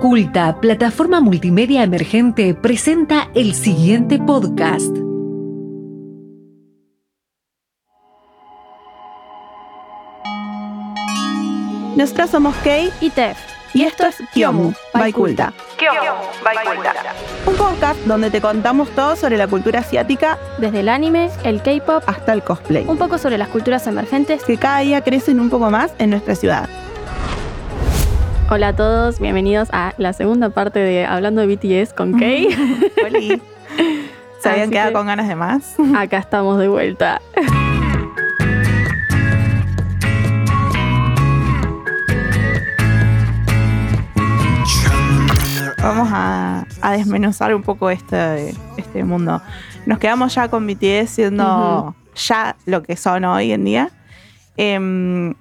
Culta, plataforma multimedia emergente, presenta el siguiente podcast. Nosotras somos Kay y Tef. y esto es Kiomu, by Culta. Un podcast donde te contamos todo sobre la cultura asiática Desde el anime, el K-pop, hasta el cosplay, un poco sobre las culturas emergentes. que cada día crecen un poco más en nuestra ciudad. Hola a todos, bienvenidos a la segunda parte de Hablando de BTS con Kay. Oli. ¿Se habían Así quedado que- con ganas de más? Acá estamos de vuelta. Vamos a, a desmenuzar un poco este, este mundo. Nos quedamos ya con BTS siendo ya lo que son hoy en día, em,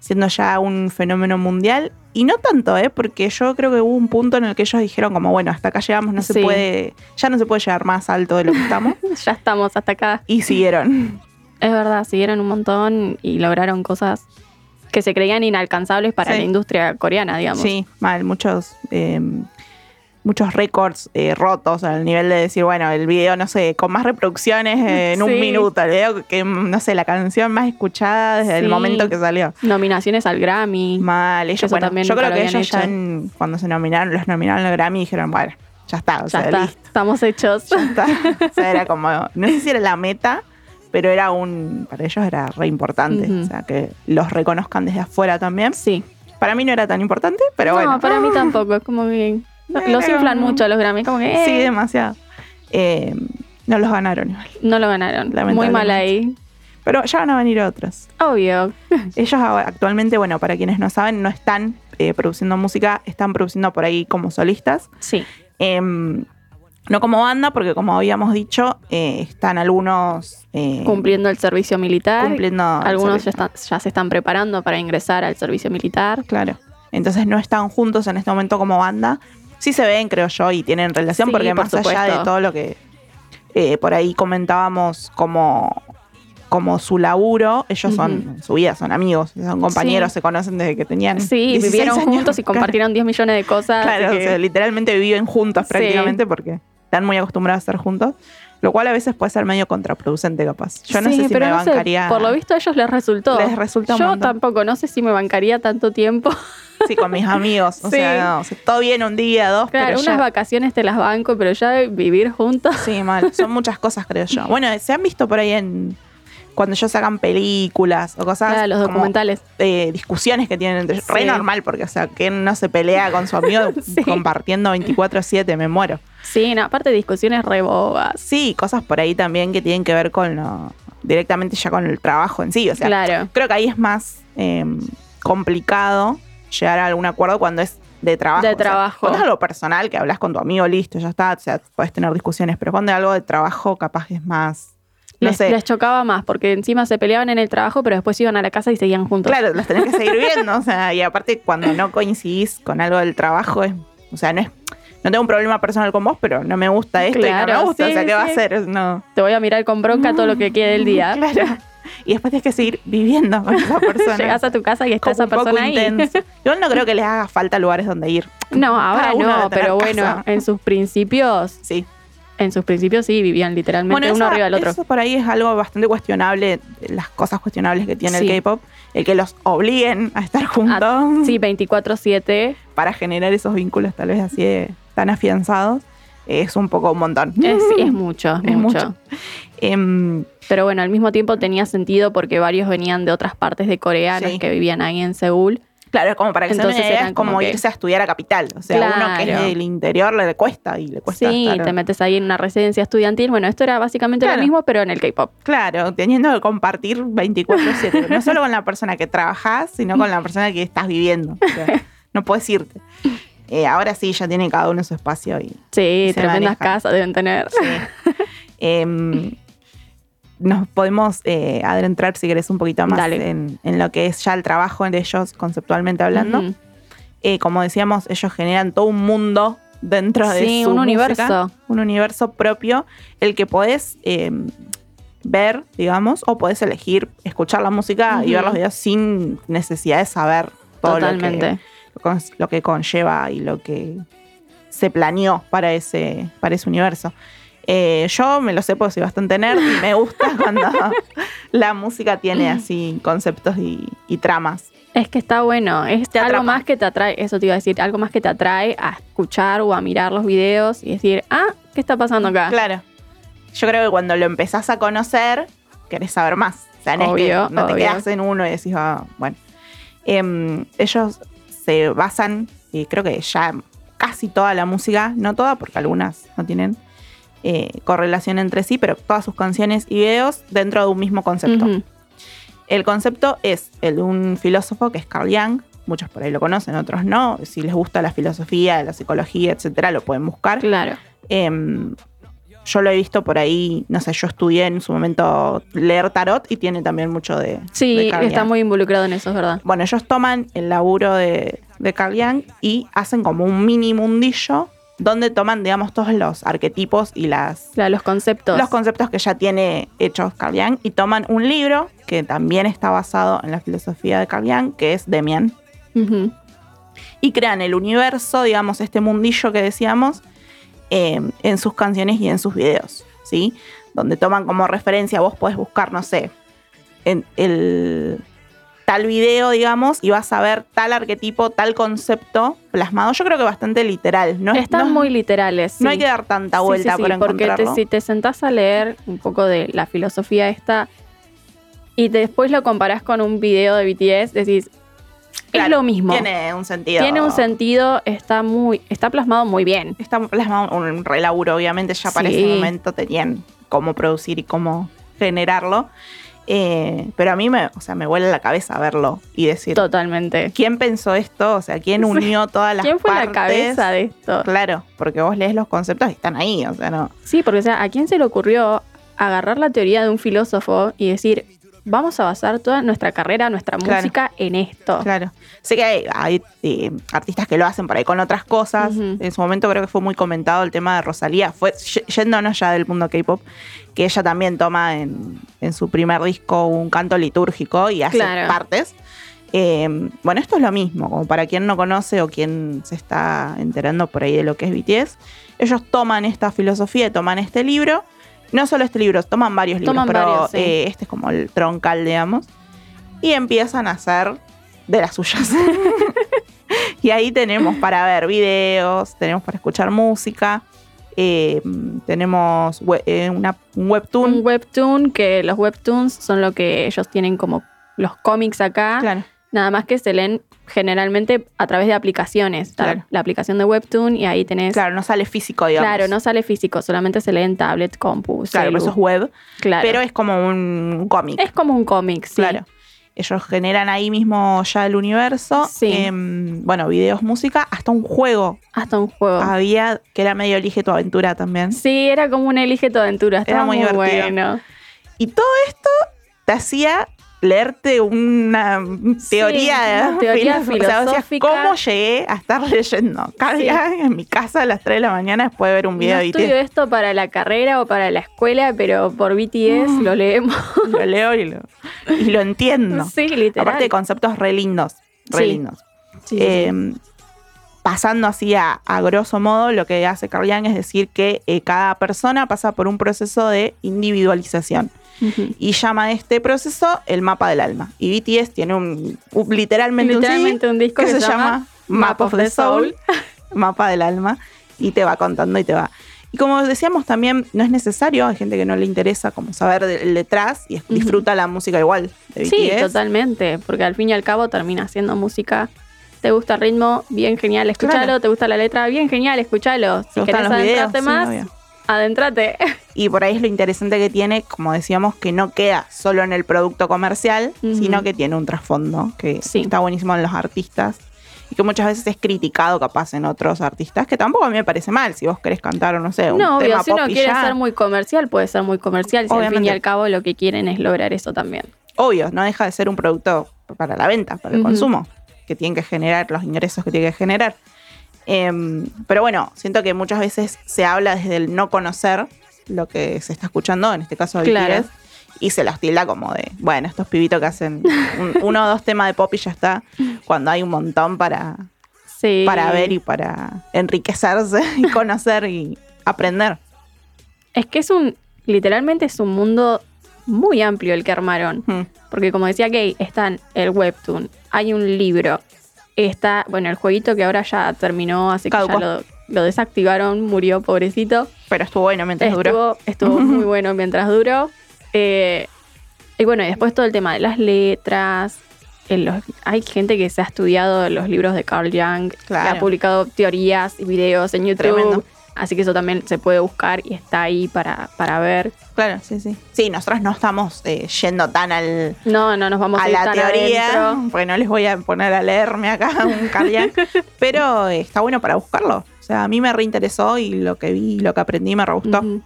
siendo ya un fenómeno mundial. Y no tanto, ¿eh? porque yo creo que hubo un punto en el que ellos dijeron como, bueno, hasta acá llegamos, no se Sí. puede, ya no se puede llegar más alto de lo que estamos. Ya estamos hasta acá. y siguieron. Es verdad, siguieron un montón y lograron cosas que se creían inalcanzables para Sí. la industria coreana, digamos. Sí, mal, muchos, em, muchos récords eh, rotos al nivel de decir, bueno, el video, no sé, con más reproducciones eh, en un Sí. minuto, el video que, mm, no sé, la canción más escuchada desde el Sí. momento que salió. Nominaciones al Grammy. Mal, ellos, Eso bueno, también yo nunca creo lo que habían ellos ya hecho. en- cuando se nominaron, los nominaron al Grammy dijeron, bueno, ya está, o ya sea, está, listo, estamos hechos. ya está. O sea, era como, no sé si era la meta, pero era un, para ellos era re importante, Ujú. o sea, que los reconozcan desde afuera también. Sí. Para mí no era tan importante, pero no, bueno. para mí tampoco. Es como que los Pero- inflan mucho a los Grammy. Como que. Sí, eh, demasiado. Eh, no los ganaron igual. No lo ganaron. Muy mal Lamentablemente. ahí. Pero ya van a venir otros. Obvio. Ellos ahora- actualmente, bueno, para quienes no saben, no están eh, produciendo música, están produciendo por ahí como solistas. Sí. Em, no como banda, porque como habíamos dicho, eh, están algunos eh, Cumpliendo el servicio militar. cumpliendo el Algunos ya, servicio. están- ya se están preparando para ingresar al servicio militar. Claro. Entonces no están juntos en este momento como banda. Sí se ven, creo yo, y tienen relación, Sí, porque por más allá supuesto. de todo lo que eh, por ahí comentábamos como, como su laburo, ellos son, en su vida son amigos, son compañeros, Sí. se conocen desde que tenían. Sí, 16 vivieron años. juntos y compartieron 10 millones de cosas. Claro, así o que- sea, literalmente viven juntos Sí. prácticamente porque están muy acostumbrados a estar juntos. Lo cual a veces puede ser medio contraproducente, capaz. Yo no Sí, sé si pero me no sé, bancaría. por lo visto a ellos les resultó. Les resulta un Yo montón. tampoco, no sé si me bancaría tanto tiempo. Sí, con mis amigos. O Sí. sea, no, o sea, todo bien un día, dos, Claro, pero ya- unas vacaciones te las banco, pero ya vivir juntos. Sí, mal. Son muchas cosas, creo yo. Bueno, se han visto por ahí en. Cuando ellos sacan películas o cosas. Claro, los como, documentales. eh, discusiones que tienen entre ellos. Re Sí. normal, porque, o sea, que no se pelea con su amigo Sí. compartiendo 24-7, me muero. Sí, no, aparte discusiones rebobas. Sí, cosas por ahí también que tienen que ver con lo. directamente ya con el trabajo en sí. O sea, claro. creo que ahí es más eh, complicado llegar a algún acuerdo cuando es de trabajo. De o sea, trabajo. cuando es algo personal, que hablas con tu amigo, listo, ya está, o sea, puedes tener discusiones, pero cuando es algo de trabajo, capaz que es más. No les, sé. les chocaba más porque encima se peleaban en el trabajo, pero después iban a la casa y seguían juntos. Claro, los tenés que seguir viendo, o sea, y aparte cuando no coincidís con algo del trabajo, es, o sea, no es. No tengo un problema personal con vos, pero no me gusta esto y no Claro, me gusta, sí, o sea, ¿qué va a sí. hacer? No. Te voy a mirar con bronca todo lo que quede del día. Claro. Y después tienes que seguir viviendo con esa persona. Llegas a tu casa y Como está esa un poco persona ahí. intenso. Yo no creo que les haga falta lugares donde ir. No, Cada ahora uno debe no, tener pero bueno, casa. en sus principios, Sí. en sus principios sí vivían literalmente uno eso- arriba del otro. Eso por ahí es algo bastante cuestionable, las cosas cuestionables que tiene Sí. el K-pop, el que los obliguen a estar juntos Ah, sí, 24-7. para generar esos vínculos tal vez así de- tan afianzados, es un poco un montón. Es, es mucho, es, Es mucho. mucho. Em, Pero bueno, al mismo tiempo tenía sentido porque varios venían de otras partes de Corea, no es Sí. que vivían ahí en Seúl. claro, como para que se den una Entonces idea, eran es como, como que- irse a estudiar a capital. O sea, uno que es Claro. del interior le cuesta y le cuesta Sí, estar- te metes ahí en una residencia estudiantil. Bueno, esto era básicamente Claro. lo mismo, pero en el K-pop. Claro, teniendo que compartir 24-7, no solo con la persona que trabajás, sino con la persona que estás viviendo. O sea, no puedes irte. Eh, ahora sí, ya tiene cada uno su espacio y. Sí, Y se manejan. tremendas casas deben tener. sí. Em, nos podemos eh, adentrar, si querés, un poquito más Dale. en, en lo que es ya el trabajo de ellos, conceptualmente hablando. Ujú. Eh, como decíamos, ellos generan todo un mundo dentro de Sí, su un música, universo. un universo propio, el que podés eh, ver, digamos, o podés elegir escuchar la música y Ujú. ver los videos sin necesidad de saber todo lo que, Totalmente. lo, con- lo que conlleva y lo que se planeó para ese, para ese universo. Eh, yo me lo sé porque soy bastante nerd y me gusta cuando la música tiene así conceptos y, y tramas. Es que está bueno, es Te algo atrapa. más que te atrae, eso te iba a decir, algo más que te atrae a escuchar o a mirar los videos y decir, ah, ¿qué está pasando acá? Claro. Yo creo que cuando lo empezás a conocer, querés saber más. O sea, no, es que Obvio, no te obvio. quedás en uno y decís, ah, bueno. Em, ellos se basan, y creo que ya casi toda la música, no toda, porque algunas no tienen eh, correlación entre sí, pero todas sus canciones y videos dentro de un mismo concepto. Ujú. El concepto es el de un filósofo que es Carl Jung. Muchos por ahí lo conocen, otros no. Si les gusta la filosofía, la psicología, etcétera, lo pueden buscar. Claro. Em, yo lo he visto por ahí, no sé, yo estudié en su momento leer tarot y tiene también mucho de. de Sí, Carl está Jung. muy involucrado en eso, es verdad. Bueno, ellos toman el laburo de, de Carl Jung y hacen como un mini mundillo donde toman, digamos, todos los arquetipos y las Claro, los conceptos. los conceptos que ya tiene hechos Carl Jung y toman un libro que también está basado en la filosofía de Carl Jung, que es Demian, Ujú. y crean el universo, digamos, este mundillo que decíamos, eh, en sus canciones y en sus videos, ¿sí? Donde toman como referencia, vos podés buscar, no sé, en el tal video, digamos, y vas a ver tal arquetipo, tal concepto plasmado. Yo creo que bastante literal, ¿no? es- Están no, muy literales. No sí. hay que dar tanta Sí, vuelta sí, sí, para porque te- encontrarlo. si te sentás a leer un poco de la filosofía esta y te- después lo comparás con un video de BTS, decís, es Claro, lo mismo. Tiene un sentido. Tiene un sentido, está muy, está plasmado muy bien. Está plasmado un relaburo, obviamente, ya para Sí. ese momento tenían cómo producir y cómo generarlo. Eh, pero a mí me, o sea, me vuela la cabeza verlo y decir, Totalmente. ¿quién pensó esto? O sea, ¿quién Sí. unió todas las ¿Quién fue partes? la cabeza de esto? Claro, porque vos lees los conceptos y están ahí, o sea, no. Sí, porque o sea, ¿a quién se le ocurrió agarrar la teoría de un filósofo y decir, vamos a basar toda nuestra carrera, nuestra Claro. música en esto? Claro. Sé que hay, hay, eh, artistas que lo hacen por ahí con otras cosas. Ujú. En su momento creo que fue muy comentado el tema de Rosalía. Fue y- yéndonos ya del mundo K-pop, que ella también toma en, en su primer disco un canto litúrgico y hace Claro. partes. Eh, bueno, esto es lo mismo, como para quien no conoce o quien se está enterando por ahí de lo que es BTS. Ellos toman esta filosofía, toman este libro. No solo este libro, toman varios libros, Toman pero varios, sí. eh, este es como el troncal, digamos. Y empiezan a hacer de las suyas. y ahí tenemos para ver videos, tenemos para escuchar música, eh, tenemos we- eh, una, un webtoon. Un webtoon, que los webtoons son lo que ellos tienen como los cómics acá, Claro, nada más que se leen generalmente a través de aplicaciones. Está Claro. La aplicación de webtoon y ahí tenés... claro, no sale físico, digamos. Claro, no sale físico, solamente se lee en tablet, compu, Claro, celu. pero eso es web, Claro. pero es como un cómic. es como un cómic, sí. Claro. Ellos generan ahí mismo ya el universo. Sí. em, bueno, videos, música, hasta un juego Hasta un juego. Ah, había que era medio elige tu aventura también. Sí, era como un elige tu aventura, estaba muy muy, divertido. bueno. Y todo esto te hacía leerte una teoría, una teoría filo- o sea, vos decías, filosófica. ¿Cómo llegué a estar leyendo? Cada Sí. día en mi casa a las 3 de la mañana después de ver un video no de estudio BTS. esto para la carrera o para la escuela, pero por BTS Mm. lo leemos. Lo leo y lo, y lo entiendo. sí, literal. Aparte de conceptos re lindos. Re Sí. lindos. Sí, sí, sí. Eh, pasando así a, a grosso modo, lo que hace Carl Jung es decir que eh, cada persona pasa por un proceso de individualización. Ujú. y llama a este proceso el mapa del alma. Y BTS tiene un, un- literalmente, un CD Literalmente un disco que se llama Map of the Soul, mapa del alma, y te va contando y te va. Y como decíamos también, no es necesario, hay gente que no le interesa como saber del detrás y es- Ujú. disfruta la música igual de Sí, BTS. totalmente, porque al fin y al cabo termina siendo música. ¿Te gusta el ritmo? Bien, genial, escúchalo. Claro. ¿Te gusta la letra? Bien, genial, escúchalo. Te Si gustan querés los videos, adentrarte sí, más, obvio. adentrate. Y por ahí es lo interesante que tiene, como decíamos, que no queda solo en el producto comercial, Ujú. sino que tiene un trasfondo que Sí. está buenísimo en los artistas y que muchas veces es criticado capaz en otros artistas, que tampoco a mí me parece mal si vos querés cantar o no sé, un No, tema obvio, si pop uno y quiere ya. ser muy comercial, puede ser muy comercial. Si al fin y Obviamente. al cabo lo que quieren es lograr eso también. obvio, no deja de ser un producto para la venta, para el Ujú. consumo, que tienen que generar los ingresos que tiene que generar. Em, pero bueno, siento que muchas veces se habla desde el no conocer lo que se está escuchando, en este caso de Claro. BTS, y se los tilda como de, bueno, estos pibitos que hacen un- uno o dos temas de pop y ya está, cuando hay un montón para, Sí. para ver y para enriquecerse y conocer y aprender. Es que es un. Literalmente es un mundo muy amplio el que armaron. Mm. Porque como decía Gay, están el webtoon, hay un libro, está, bueno, el jueguito que ahora ya terminó, así que ya Caducó. lo, lo desactivaron, murió, pobrecito. Pero estuvo bueno mientras duró. Estuvo, estuvo muy bueno mientras duró. Eh, y bueno, y después todo el tema de las letras. en los- hay gente que se ha estudiado los libros de Carl Jung, Claro. que ha publicado teorías y videos en YouTube. Tremendo. Así que eso también se puede buscar y está ahí para, para ver. Claro, sí, sí. Sí, nosotros no estamos eh, yendo tan al, No, no nos vamos a, a ir la tan teoría, adentro. porque no les voy a poner a leerme acá un Cardiac, pero eh, está bueno para buscarlo. O sea, a mí me reinteresó y lo que vi, y lo que aprendí me re gustó. Ujú.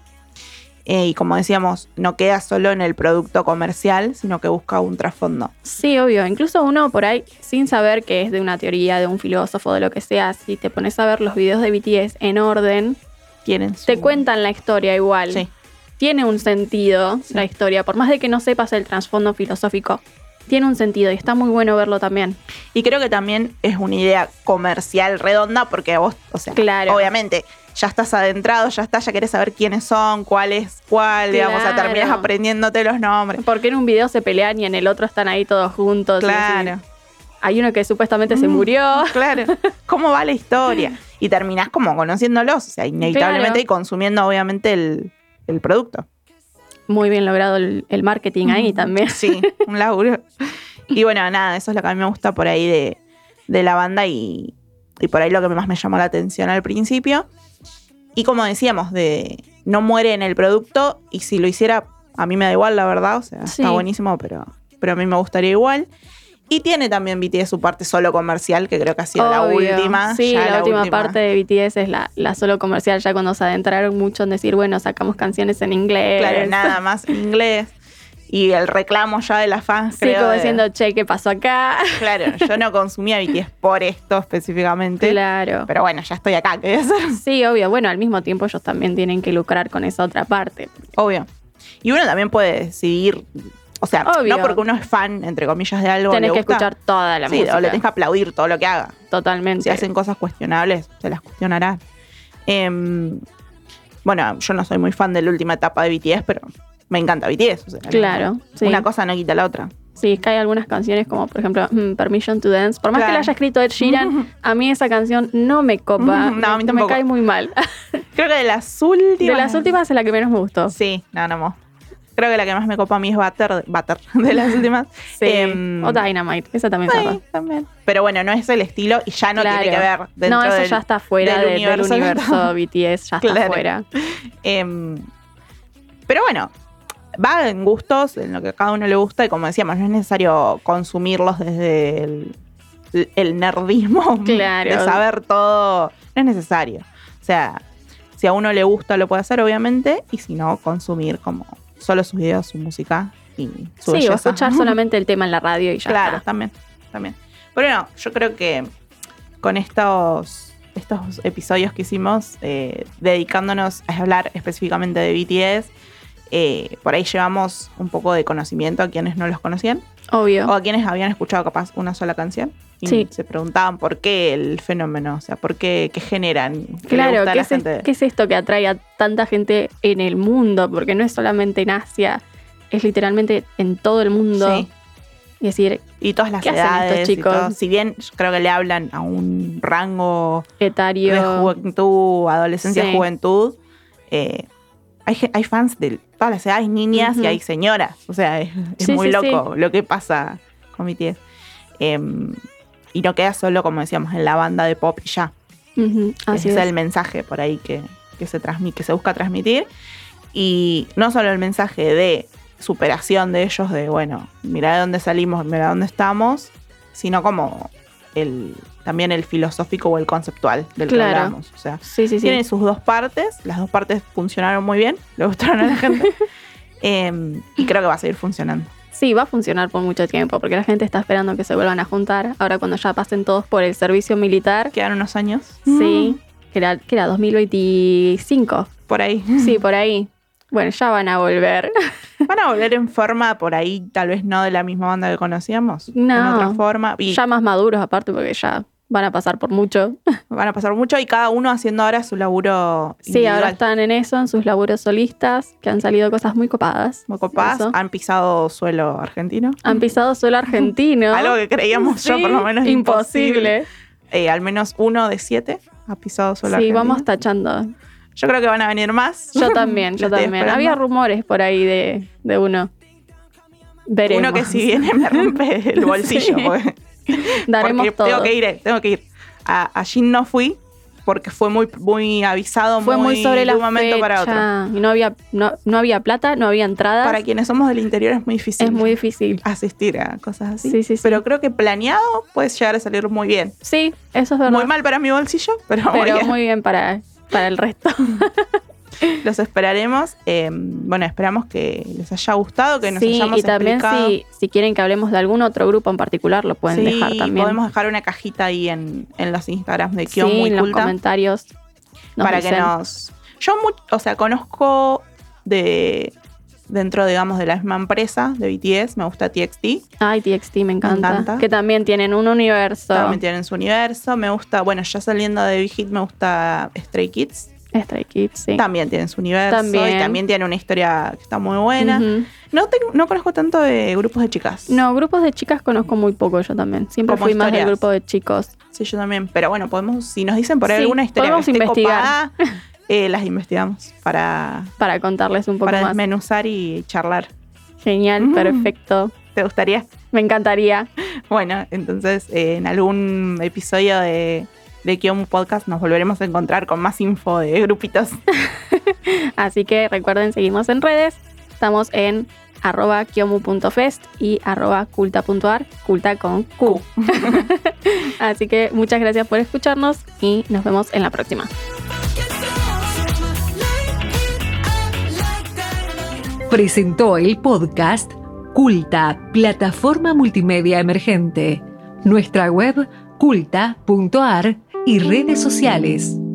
Eh, y como decíamos, no queda solo en el producto comercial, sino que busca un trasfondo. Sí, obvio. Incluso uno por ahí, sin saber que es de una teoría, de un filósofo, de lo que sea, si te pones a ver los videos de BTS en orden, Quieren su- te cuentan la historia igual. Sí, Tiene un sentido la historia, por más de que no sepas el trasfondo filosófico. Tiene un sentido y está muy bueno verlo también. Y creo que también es una idea comercial redonda porque vos, o sea, Claro. obviamente ya estás adentrado, ya estás, ya querés saber quiénes son, cuál es cuál, digamos, o sea, Claro. terminas aprendiéndote los nombres. Porque en un video se pelean y en el otro están ahí todos juntos. y Claro, así. Hay uno que supuestamente se Mm. murió. claro. ¿Cómo va la historia? Y terminás como conociéndolos, o sea, inevitablemente Claro. y consumiendo obviamente el, el producto. Muy bien logrado el, el marketing Mm. ahí también. Sí, un laburo. Y bueno, nada, eso es lo que a mí me gusta por ahí de, de la banda y, y por ahí lo que más me llamó la atención al principio. Y como decíamos, de no muere en el producto y si lo hiciera, a mí me da igual, la verdad, o sea, Sí. está buenísimo, pero, pero a mí me gustaría igual. Y tiene también BTS su parte solo comercial, que creo que ha sido la Obvio. última. Sí, ya la, última, parte de BTS es la, la solo comercial, ya cuando se adentraron mucho en decir, bueno, sacamos canciones en inglés. Claro, nada más inglés. Y el reclamo ya de las fans, Sí, creo, como de- diciendo, che, ¿qué pasó acá? Claro, yo no consumía BTS por esto específicamente. Claro. Pero bueno, ya estoy acá, ¿qué voy a hacer? Sí, obvio. Bueno, al mismo tiempo ellos también tienen que lucrar con esa otra parte. Obvio. Y uno también puede decidir, o sea, Obvio. no porque uno es fan, entre comillas, de algo. Tenés le que gusta, escuchar toda la sí, música. o le tenés que aplaudir todo lo que haga. Totalmente. Si hacen cosas cuestionables, se las cuestionará. Em, bueno, yo no soy muy fan de la última etapa de BTS, pero me encanta BTS. o sea, no- Claro, sí. Una cosa no quita la otra. Sí, es que hay algunas canciones como, por ejemplo, mm, Permission to Dance. Por más que Claro. la haya escrito Ed Sheeran, a mí esa canción no me copa. No, a mí Me tampoco. cae muy mal. Creo que de las últimas. De las últimas es la que menos me gustó. Sí, no, no. mo. Creo que la que más me copa a mí es Butter, Butter de las últimas. Sí. Em, o Dynamite. Esa también Sí, zapa. también. Pero bueno, no es el estilo y ya no tiene que ver Claro. dentro No, eso del- ya está fuera del de- del, universo. universo, BTS, ya está Claro. fuera. Em, pero bueno, va en gustos, en lo que a cada uno le gusta y como decíamos, no es necesario consumirlos desde el, el nerdismo Claro. de saber todo. No es necesario. O sea, si a uno le gusta lo puede hacer, obviamente, y si no, consumir como solo sus videos, su música y su Sí, o belleza. escuchar solamente el tema en la radio y ya claro, está. también, también. Pero no, yo creo que con estos, estos episodios que hicimos, eh, dedicándonos a hablar específicamente de BTS, eh, por ahí llevamos un poco de conocimiento a quienes no los conocían o Obvio. a quienes habían escuchado capaz una sola canción. Y Sí. se preguntaban por qué el fenómeno, o sea, por qué, qué generan, qué le gusta Claro, a la ¿qué es, es- gente. qué es esto que atrae a tanta gente en el mundo? Porque no es solamente en Asia, es literalmente en todo el mundo. Sí. Y decir, Y todas las ¿Qué hacen estos edades y chicos? todo. Si bien yo creo que le hablan a un rango etario. de juventud, adolescencia, Sí. juventud. eh, hay, ge- hay fans de todas las edades, niñas y Ujú. hay señoras. O sea, es, es Sí, muy sí, sí. loco lo que pasa con BTS. Eh, y no queda solo, como decíamos, en la banda de pop y ya. Ujú, así Ese es es. el mensaje por ahí que, que se transmite, que se busca transmitir. Y no solo el mensaje de superación de ellos, de bueno, mira de dónde salimos, mira dónde estamos, sino como el también el filosófico o el conceptual del que Claro. hablamos. O sea, Sí, sí, sí. tiene sus dos partes, las dos partes funcionaron muy bien, le gustaron a la gente. Em, y creo que va a seguir funcionando. Sí, va a funcionar por mucho tiempo, porque la gente está esperando que se vuelvan a juntar. Ahora cuando ya pasen todos por el servicio militar, Quedan unos años. sí, que era, que era 2025. Por ahí. Sí, por ahí. Bueno, ya van a volver. Van a volver en forma por ahí, tal vez no de la misma banda que conocíamos. En No. otra forma. Y Ya más maduros, aparte, porque ya Van a pasar por mucho. Van a pasar mucho y cada uno haciendo ahora su laburo. Sí, ahora individual. están en eso, en sus laburos solistas, que han salido cosas muy copadas. Muy copadas, Eso. han pisado suelo argentino. Han pisado suelo argentino. Algo que creíamos yo, Sí, por lo menos, imposible. Imposible. Eh, al menos uno de siete ha pisado Sí, suelo argentino. vamos tachando. Yo creo que van a venir más. Yo también, Lo yo estoy también. esperando. Había rumores por ahí de, de uno. Veremos. Uno que si viene me rompe el bolsillo. Sí. porque- Daremos porque todo. tengo que ir, eh, tengo que ir. A, allí no fui porque fue muy, muy avisado, Fue muy sobre la de un momento fecha. para otro. Y no había, no, no había plata, no había entradas. Para quienes somos del interior es muy difícil es muy difícil. asistir a cosas así. Sí, sí, sí. Pero creo que planeado puede llegar a salir muy bien. Sí, eso es verdad. Muy mal para mi bolsillo, pero, muy pero bien. muy bien para, para el resto. los esperaremos. eh, bueno, esperamos que les haya gustado, que nos sí, hayamos y también explicado. si, si quieren que hablemos de algún otro grupo en particular, lo pueden Sí, dejar también. podemos dejar una cajita ahí en, en los Instagrams de sí, Kio muy en los culta. comentarios. nos para que dicen. nos. Yo, mu- o sea, conozco de dentro, digamos, de la misma empresa de BTS, me gusta TXT, Ay, TXT, me encanta. encanta. Que también tienen un universo. también tienen su universo, me gusta, bueno, ya saliendo de Big Hit me gusta Stray Kids, Stray Kids, sí. también tienen su universo y También. también tienen una historia que está muy buena. Ujú. no, tengo- no conozco tanto de grupos de chicas. No, grupos de chicas conozco muy poco yo también. Siempre Como fui más del historias. grupo de chicos. Sí, yo también, pero bueno, podemos, si nos dicen por ahí Sí, alguna historia podemos que esté investigar. copada, eh, las investigamos para, Para contarles un poco para más. desmenuzar y charlar. Genial, Mm. perfecto. ¿Te gustaría? Me encantaría. Bueno, entonces eh, en algún episodio de, de Kiomu Podcast nos volveremos a encontrar con más info de grupitos. Así que recuerden, seguimos en redes. Estamos en arroba kiomu.fest y arroba culta.ar, culta con Q. Así que muchas gracias por escucharnos y nos vemos en la próxima. presentó el podcast Culta, plataforma multimedia emergente. Nuestra web culta.ar y redes sociales.